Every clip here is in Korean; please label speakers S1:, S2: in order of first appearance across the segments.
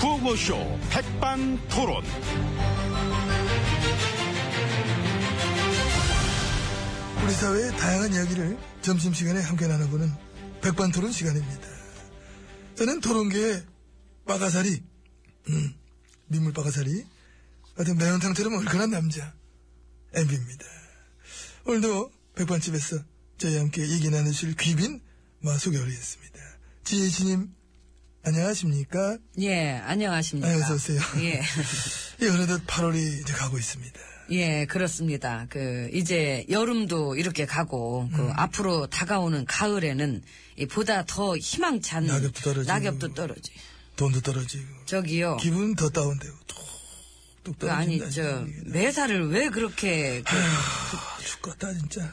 S1: 구호쇼 백반토론.
S2: 우리 사회의 다양한 이야기를 점심시간에 함께 나눠보는 백반토론 시간입니다. 저는 토론계의 빠가사리, 음, 민물 빠가사리, 같은 매운탕처럼 얼큰한 남자, MB입니다. 오늘도 백반집에서 저희와 함께 얘기 나누실 귀빈 마 소개올리겠습니다. 지혜진님, 안녕하십니까?
S3: 예, 안녕하십니까.
S2: 아, 어서 오세요.
S3: 예.
S2: 예, 어느덧 8월이 이제 가고 있습니다.
S3: 예, 그렇습니다. 그, 이제 여름도 이렇게 가고,
S2: 음.
S3: 그, 앞으로 다가오는 가을에는 이 보다 더 희망찬.
S2: 낙엽도 떨어지고.
S3: 낙엽도 떨어지.
S2: 돈도 떨어지고,
S3: 저기요.
S2: 기분 더 다운되고, 뚝뚝
S3: 그,
S2: 떨어진다.
S3: 아니, 저, 매사를 왜 그렇게. 그-
S2: 아, 죽겠다 진짜.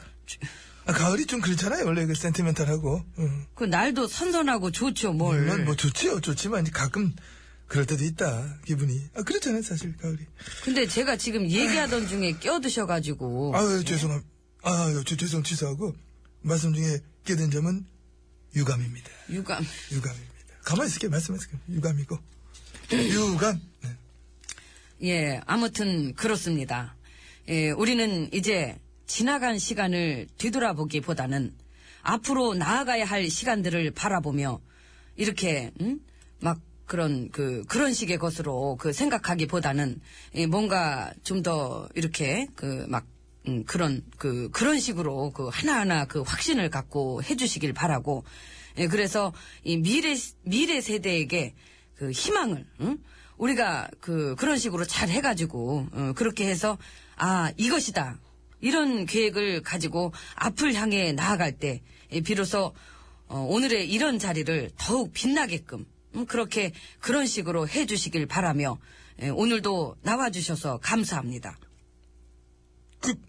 S2: 아, 가을이 좀 그렇잖아요. 원래 그 센티멘탈하고. 응.
S3: 그, 날도 선선하고 좋죠, 뭘.
S2: 물론 뭐 좋지요. 좋지만 이제 가끔 그럴 때도 있다. 기분이. 아, 그렇잖아요. 사실 가을이.
S3: 근데 제가 지금 얘기하던 중에 끼어드셔가지고.
S2: 아유, 죄송함. 아유, 죄- 죄송 취소하고 말씀 중에 깨된 점은 유감입니다.
S3: 유감.
S2: 유감입니다. 가만히 있을게요. 말씀하세요. 유감이고. 유감. 네.
S3: 예, 아무튼 그렇습니다. 예, 우리는 이제 지나간 시간을 뒤돌아보기보다는 앞으로 나아가야 할 시간들을 바라보며 이렇게 음? 막 그런 그 그런 식의 것으로 그 생각하기보다는 예, 뭔가 좀 더 이렇게 그 막 음, 그런 그 그런 식으로 그 하나하나 그 확신을 갖고 해주시길 바라고 예, 그래서 이 미래 미래 세대에게 그 희망을 응? 우리가 그 그런 식으로 잘 해가지고 어, 그렇게 해서 아 이것이다 이런 계획을 가지고 앞을 향해 나아갈 때 예, 비로소 어, 오늘의 이런 자리를 더욱 빛나게끔 음, 그렇게 그런 식으로 해주시길 바라며 예, 오늘도 나와주셔서 감사합니다.
S2: 이건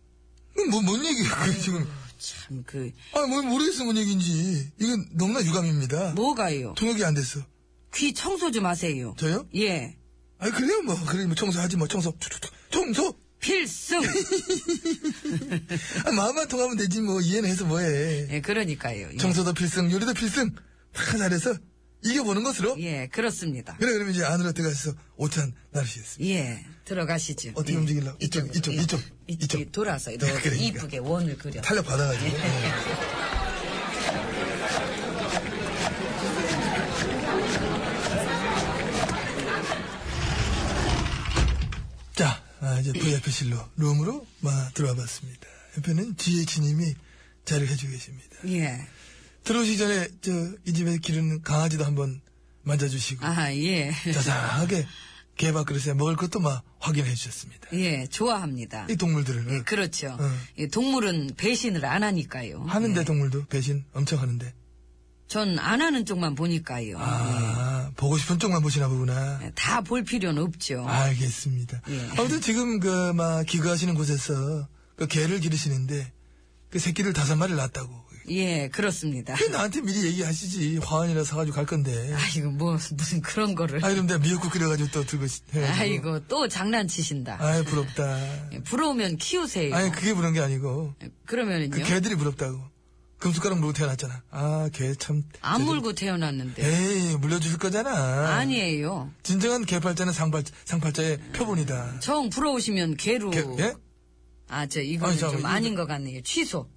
S2: 그, 뭐, 뭔 얘기예요, 그게 지금.
S3: 참 그
S2: 아, 뭐, 모르겠어, 뭔 얘기인지. 이건 너무나 유감입니다.
S3: 뭐가요?
S2: 통역이 안 됐어.
S3: 귀 청소 좀 하세요.
S2: 저요?
S3: 예.
S2: 아, 그래요, 뭐. 그래, 뭐, 청소하지, 뭐, 청소. 청소!
S3: 필승.
S2: 아, 마음만 통하면 되지 뭐 이해는 해서 뭐해
S3: 예, 그러니까요. 예.
S2: 청소도 필승 요리도 필승 다 잘해서 이겨보는 것으로
S3: 예, 그렇습니다.
S2: 그래 그럼 이제 안으로 들어가서 오찬 나르시겠습니다
S3: 예, 들어가시죠.
S2: 어떻게
S3: 예.
S2: 움직이려고? 이쪽, 이쪽,
S3: 예.
S2: 이쪽,
S3: 이쪽,
S2: 이쪽.
S3: 돌아서 이렇게
S2: 네, 그러니까.
S3: 이쁘게 원을 그려.
S2: 탄력 받아가지고
S3: 예.
S2: 자 아, 이제 VIP실로 룸으로 마 들어와 봤습니다 옆에는 지혜진님이 자리를 해주고 계십니다
S3: 예.
S2: 들어오시기 전에 저 이 집에 기르는 강아지도 한번 만져주시고
S3: 아, 예.
S2: 자상하게 개밥그릇에 먹을 것도 막 확인해 주셨습니다.
S3: 예, 좋아합니다.
S2: 이 동물들을
S3: 그렇죠.
S2: 응.
S3: 예, 동물은 배신을 안 하니까요. 예.
S2: 하는데 동물도 배신 엄청 하는데
S3: 전 안 하는 쪽만 보니까요. 네. 예,
S2: 아 보고 싶은 쪽만 보시나 보구나.
S3: 다 볼 필요는 없죠.
S2: 아. 알겠습니다.
S3: 네. 예.
S2: 아무튼 지금 그 막 기거하시는 곳에서 그 개를 기르시는데 그 새끼를 다섯 마리 낳았다고.
S3: 예, 그렇습니다.
S2: 그 나한테 미리 얘기하시지 화환이라 사가지고 갈 건데.
S3: 아이고, 뭐, 무슨 그런 거를.
S2: 아 이러면 내가 미역국 끓여가지고 또 들고 해.
S3: 아이고, 또 장난치신다.
S2: 아이 부럽다.
S3: 예, 부러우면 키우세요.
S2: 아니 그게 부러운 게 아니고
S3: 그러면은요.
S2: 그 개들이 부럽다고. 금숟가락 물고 태어났잖아. 아, 개 참.
S3: 안
S2: 제대로-
S3: 물고 태어났는데.
S2: 에이, 물려주실 거잖아.
S3: 아니에요.
S2: 진정한 개팔자는 상팔, 상팔자의 표본이다.
S3: 정 부러우시면 개로.
S2: 개, 예?
S3: 아, 저, 이거는
S2: 아니,
S3: 좀
S2: 잠깐만,
S3: 아닌
S2: 이거-
S3: 것 같네요. 취소.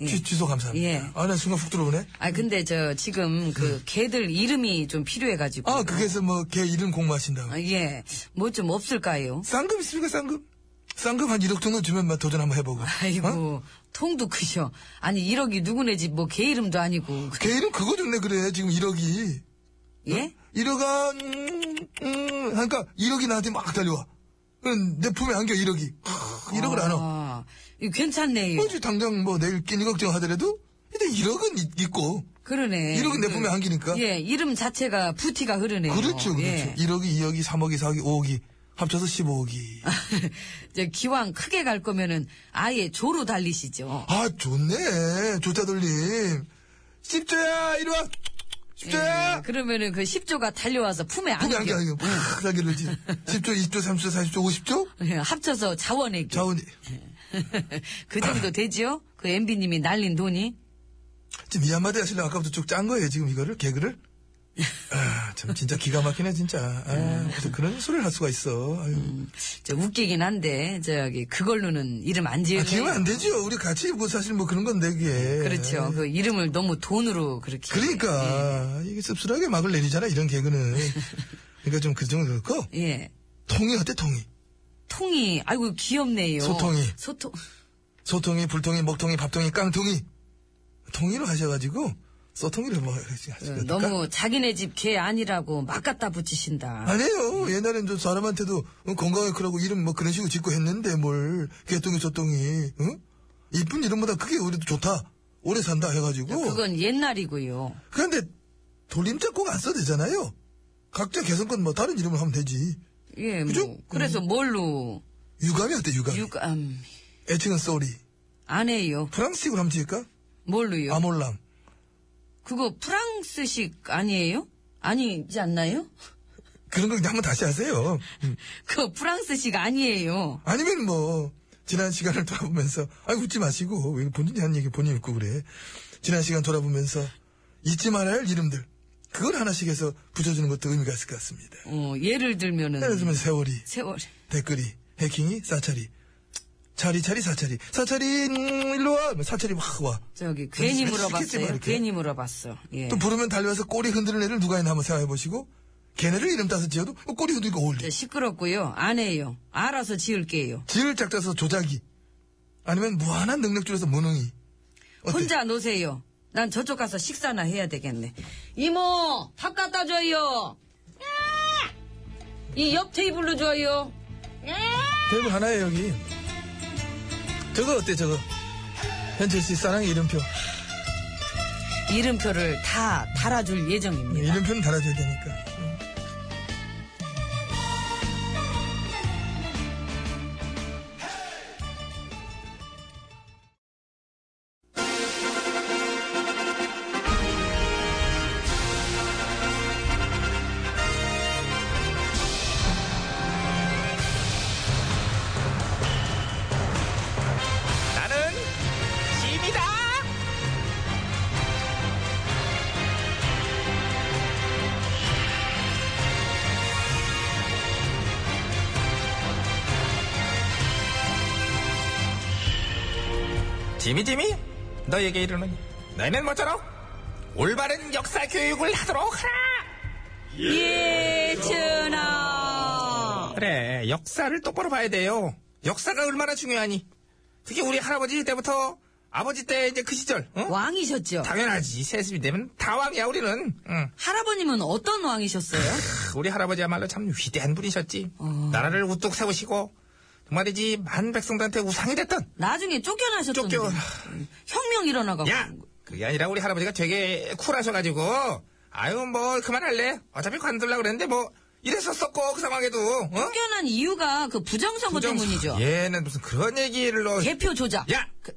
S3: 예.
S2: 취, 취소 감사합니다.
S3: 예.
S2: 아, 나 순간 훅 들어오네.
S3: 아, 근데 저, 지금 그 개들 이름이 좀 필요해가지고.
S2: 네. 아, 그게서 뭐, 개 이름 공부하신다고.
S3: 어. 아, 예. 뭐 좀 없을까요?
S2: 쌍금 있습니까, 쌍금? 쌍금 한 1억 정도 주면 막 도전 한번 해보고.
S3: 아이고,
S2: 어?
S3: 통도 크셔. 아니, 1억이 누구네 집 뭐 개 이름도 아니고.
S2: 개 이름 그거 좋네, 그래. 지금 1억이.
S3: 예?
S2: 1억 한, 음, 음, 하니까 1억이 나한테 막 달려와. 응, 내 품에 안겨, 1억이. 1억을 안 와.
S3: 아, 이거 괜찮네요.
S2: 뭐지 당장 뭐 내일 끼니 걱정하더라도 근데 1억은 있, 있고
S3: 그러네.
S2: 1억은 내 품에 안기니까
S3: 예, 이름 자체가 부티가 흐르네요.
S2: 그렇죠 그렇죠
S3: 예.
S2: 1억이 2억이 3억이 4억이 5억이 합쳐서 15억이
S3: 이제 기왕 크게 갈 거면은 아예 조로 달리시죠.
S2: 아 좋네 좋다 돌림 십조야 이리와 십조야
S3: 예, 그러면은 그 10조가 달려와서 품에
S2: 품에 안겨
S3: 안겨.
S2: 안겨 팍 안겨들지 10조 20조 30조 40조 50조
S3: 예, 합쳐서 자원액이.
S2: 자원
S3: 그 정도 되지요? 그 MB님이 날린 돈이.
S2: 지금 이 한마디 하시려고 아까부터 쭉 짠 거예요 지금 이거를 개그를 아, 참 진짜 기가 막히네 진짜.
S3: 예.
S2: 아, 그래서 그런 소리를 할 수가 있어. 아유.
S3: 저 웃기긴 한데 저기 그걸로는 이름 안
S2: 아,
S3: 지으면
S2: 기우면 안 되죠. 우리 같이 입고 사실 뭐 그런 건데 그게.
S3: 그렇죠. 그 이름을 너무 돈으로 그렇게.
S2: 그러니까
S3: 예.
S2: 이게 씁쓸하게 막을 내리잖아 이런 개그는. 그러니까 좀 그 정도 그렇고
S3: 예. 예.
S2: 통이 어때 통이?
S3: 통이 아이고 귀엽네요.
S2: 소통이.
S3: 소통. 어,
S2: 소통이 불통이 먹통이 밥통이 깡통이 통이로 하셔가지고 소통이로 뭐 하시면 어떨까?
S3: 예, 너무 자기네 집 개 아니라고 막 갖다 붙이신다.
S2: 아니에요. 옛날엔 저 사람한테도 어, 건강에 크라고 이름 뭐 그런 식으로 짓고 했는데 뭘 개똥이 소똥이 응? 이쁜 이름보다 그게 오히려 좋다. 오래 산다 해가지고.
S3: 그건 옛날이고요.
S2: 그런데 돌림자 꼭 안 써도 되잖아요. 각자 개성껏 뭐 다른 이름을 하면 되지.
S3: 예,
S2: 그죠? 음.
S3: 뭐. 그래서 뭘로
S2: 유감이 어때 유감?
S3: 유감
S2: 애칭은 쏘리.
S3: 안 해요.
S2: 프랑스식으로 한번 지을까?
S3: 뭘로요?
S2: 아몰랑.
S3: 그거 프랑스식 아니에요? 아니지 않나요?
S2: 그런 거 그냥 한번 다시 하세요. 음.
S3: 그거 프랑스식 아니에요.
S2: 아니면 뭐 지난 시간을 돌아보면서 아 웃지 마시고 왜 본인이 한 얘기 본인 읽고 그래 지난 시간 돌아보면서 잊지 말아야 할 이름들 그걸 하나씩 해서 붙여주는 것도 의미가 있을 것 같습니다
S3: 어, 예를 들면은
S2: 예를 들면 세월이
S3: 세월
S2: 댓글이 해킹이 사찰이 차리차리 사찰이 사찰이 음, 일로 와 사찰이 막와
S3: 저기 괜히
S2: 그래서 시켰지 뭐,
S3: 물어봤어요.
S2: 이렇게.
S3: 괜히 물어봤어. 예.
S2: 또 부르면 달려와서 꼬리 흔드는 애를 누가 있나 한번 생각해보시고 걔네를 이름 따서 지어도 뭐 꼬리 흔들고 어울리
S3: 저 네, 시끄럽고요. 안 해요. 알아서 지을게요.
S2: 지을 짝짜서 조작이 아니면 무한한 능력 줄에서 무능이 어때?
S3: 혼자 노세요. 난 저쪽 가서 식사나 해야 되겠네. 이모, 밥 갖다 줘요. 이 옆 테이블로 줘요.
S2: 테이블 하나에 여기 저거 어때 저거 현철 씨 사랑 이름표
S3: 이름표를 다 달아줄
S1: 네,
S3: 예정입니다.
S2: 이름표는 달아줘야 되니까 응.
S1: 나는 짐이다. 짐이 짐이 너에게 이르노니 너희는 뭐처럼 올바른 역사 교육을 하도록 하라.
S3: 예천아.
S1: 그래, 역사를 똑바로 봐야 돼요. 역사가 얼마나 중요하니. 특히 우리 할아버지 때부터 아버지 때 이제 그 시절, 응?
S3: 왕이셨죠?
S1: 당연하지. 세습이 되면 다 왕이야, 우리는. 응.
S3: 할아버님은 어떤 왕이셨어요?
S1: 크, 우리 할아버지야말로 참 위대한 분이셨지.
S3: 음.
S1: 나라를 우뚝 세우시고, 정말이지, 만 백성들한테 우상이 됐던.
S3: 나중에 쫓겨나셨던
S1: 쫓겨-
S3: 분. 혁명 일어나가고
S1: 야! 그게 아니라 우리 할아버지가 되게 쿨하셔가지고, 아유, 뭐, 그만할래. 어차피 관둘라고 그랬는데, 뭐, 이랬었었고, 그 상황에도, 어?
S3: 쫓겨난 이유가 그 부정선거 때문이죠.
S1: 얘는 무슨 그런 얘기를 넣
S3: 개표 조작.
S1: 야! 그,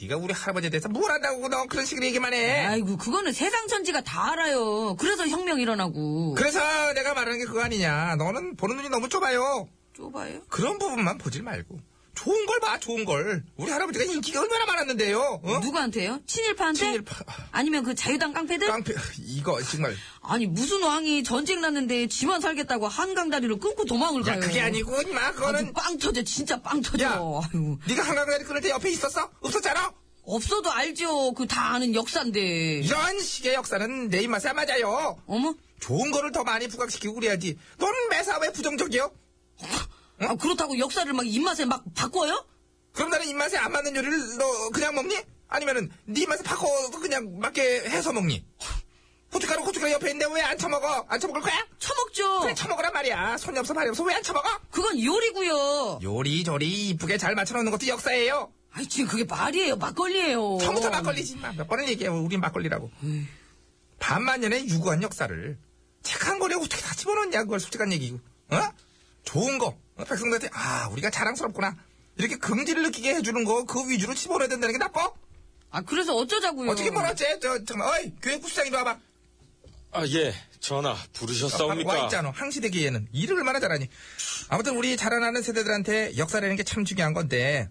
S1: 네가 우리 할아버지에 대해서 뭘 안다고 너 그런 식으로 얘기만 해.
S3: 아이고 그거는 세상 천지가 다 알아요. 그래서 혁명 일어나고.
S1: 그래서 내가 말하는 게 그거 아니냐. 너는 보는 눈이 너무 좁아요.
S3: 좁아요?
S1: 그런 부분만 보질 말고. 좋은 걸 봐, 아, 좋은 걸. 우리 할아버지가 인기가 얼마나 많았는데요. 어?
S3: 누구한테요? 친일파한테?
S1: 친일파.
S3: 아니면 그 자유당 깡패들?
S1: 깡패, 이거 정말.
S3: 아니 무슨 왕이 전쟁 났는데 지만 살겠다고 한강 다리를 끊고 도망을
S1: 야,
S3: 가요.
S1: 그게 아니고, 임마,
S3: 아주
S1: 그거는.
S3: 빵 터져 진짜 빵 터져.
S1: 야.
S3: 아유,
S1: 네가 한강다리 끊을 때 옆에 있었어? 없었잖아?
S3: 없어도 알죠. 그 다 아는 역사인데.
S1: 이런 식의 역사는 내 입맛에 안 맞아요.
S3: 어머?
S1: 좋은 거를 더 많이 부각시키고 그래야지. 넌 매사 왜 부정적이요?
S3: 아, 그렇다고 역사를 막 입맛에 막 바꿔요?
S1: 그럼 나는 입맛에 안 맞는 요리를 너 그냥 먹니? 아니면은 네 입맛에 바꿔서 그냥 맞게 해서 먹니? 고춧가루 고춧가루 옆에 있는데 왜 안 처먹어? 안 처먹을 거야?
S3: 처먹죠.
S1: 그래 처먹으란 말이야 손이 없어 발이 없어 왜 안 처먹어?
S3: 그건 요리고요.
S1: 요리조리 이쁘게 잘 맞춰놓는 것도 역사예요
S3: 아니 지금 그게 말이에요, 막걸리예요.
S1: 처음부터 막걸리지 인마. 몇 번을 얘기해 우린 막걸리라고 반만년의 유구한 역사를 책 한 권에 어떻게 다 집어넣냐 그걸 솔직한 얘기고 어? 좋은 거 어? 백성들한테 아 우리가 자랑스럽구나 이렇게 긍지를 느끼게 해주는 거 그 위주로 집어넣어야 된다는 게 나빠?
S3: 아 그래서 어쩌자고요?
S1: 어떻게 뭐라 어째? 저, 잠깐만, 어이, 교육부 시장 이리 와봐.
S4: 아, 예. 전하, 부르셨사옵니까?
S1: 와 있잖아. 항시대기에는. 일을 얼마나 잘하니. 아무튼 우리 자라나는 세대들한테 역사라는 게 참 중요한 건데,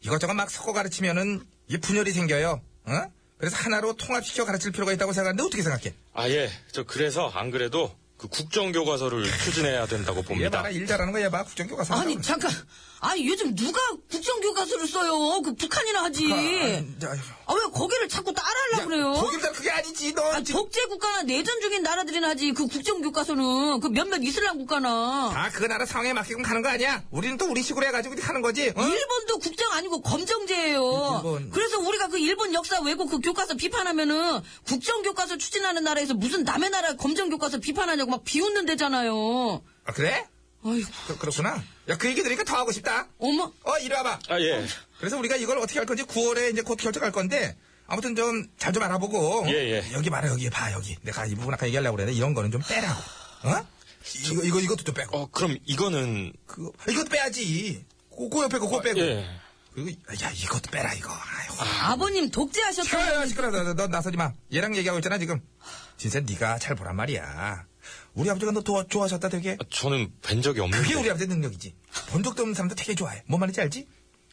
S1: 이것저것 막 섞어 가르치면은, 이게 분열이 생겨요. 어? 그래서 하나로 통합시켜 가르칠 필요가 있다고 생각하는데, 어떻게 생각해?
S4: 아, 예. 저 그래서 안 그래도 그 국정교과서를 추진해야 된다고
S1: 얘
S4: 봅니다.
S1: 봐라, 일 잘하는 거 얘 봐. 국정교과서.
S3: 아니 잠깐. 아니 요즘 누가 국정교과서를 써요? 그 북한이나 하지.
S2: 아니, 자,
S3: 아 왜 거기를 자꾸 따라하려고 그래요?
S1: 독일들 그게 아니지. 너
S3: 아,
S1: 지금
S3: 독재 국가나 내전 중인 나라들이나 하지 그 국정교과서는 그 몇몇 이슬람 국가나
S1: 다 그 나라 상황에 맞게끔 가는 거 아니야? 우리는 또 우리 식으로 해가지고 이렇게 하는 거지. 어?
S3: 일본도 국정 아니고 검정제예요.
S1: 일본.
S3: 그래서 우리가 그 일본 역사 왜곡 그 교과서 비판하면은 국정교과서 추진하는 나라에서 무슨 남의 나라 검정교과서 비판하냐고 막 비웃는 데잖아요.
S1: 아, 그래?
S3: 아이고
S1: 그, 그렇구나. 야, 그 얘기 들으니까 더 하고 싶다.
S3: 어머
S1: 어, 이리 와봐.
S4: 아, 예.
S1: 그래서 우리가 이걸 어떻게 할 건지 9월에 이제 곧 결정할 건데 아무튼 좀 잘 좀 알아보고
S4: 예, 예.
S1: 여기 봐라 여기 봐 여기 내가 이 부분 아까 얘기하려고 그랬는데 이런 거는 좀 빼라고 어? 이거 이거 이것도 좀 빼고
S4: 어, 그럼 이거는,
S1: 그거 아, 이것도 빼야지 그, 그 옆에 그거 빼고
S4: 예.
S1: 그리고 야 이것도 빼라 이거 아이고.
S3: 아버님 독재하셨다.
S1: 시끄러워 시끄러워 너, 너 나서지 마 얘랑 얘기하고 있잖아 지금 진짜 네가 잘 보란 말이야 우리 아버지가 너 도와- 좋아하셨다 되게
S4: 아, 저는 뵌 적이 없는데.
S1: 그게 우리 아버지 의 능력이지. 본 적도 없는 사람도 되게 좋아해. 뭔 말인지 알지?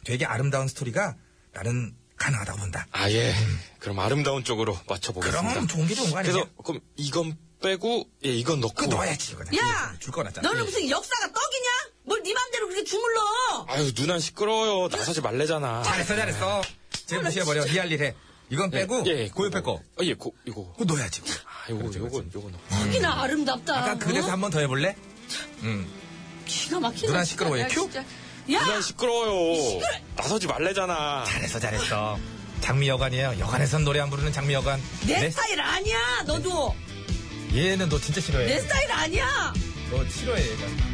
S1: 되게 아름다운 스토리가 나는 가능하다고 본다.
S4: 아, 예. 그럼 아름다운 쪽으로 맞춰보겠습니다.
S1: 그럼 좋은 게 좋은 거 아니야?
S4: 그래서, 그럼 이건 빼고, 예, 이건 넣고.
S1: 그거 넣어야지, 이거는. 예,
S3: 야,
S1: 줄 거놨잖아.
S3: 너는 무슨 역사가 떡이냐? 뭘 네 맘대로 그렇게
S1: 음.
S3: 주물러?
S4: 아유, 누난 시끄러워요. 나서지 말래잖아.
S1: 예. 잘했어, 잘했어. 쟤 무시해버려. 니 할 일 해. 이건 빼고,
S4: 예, 예.
S1: 그 옆에 거.
S4: 아, 예, 고, 이거.
S1: 그거 넣어야지.
S4: 아, 요거, 요거, 요거 넣고.
S3: 특히나 아름답다.
S1: 아까 그
S3: 어?
S1: 데서 한 번 더 해볼래? 응.
S3: 기가 막히네.
S1: 누나 시끄러워요,
S3: 야,
S1: 큐?
S3: 진짜. 야,
S4: 누난 시끄러워요. 나서지 말래잖아.
S1: 잘했어, 잘했어. 장미 여관이에요. 여관에선 노래 안 부르는 장미 여관.
S3: 내
S1: 네?
S3: 스타일 아니야. 너도
S1: 얘는 너 진짜 싫어해.
S3: 내 스타일 아니야.
S1: 너 싫어해, 얘가.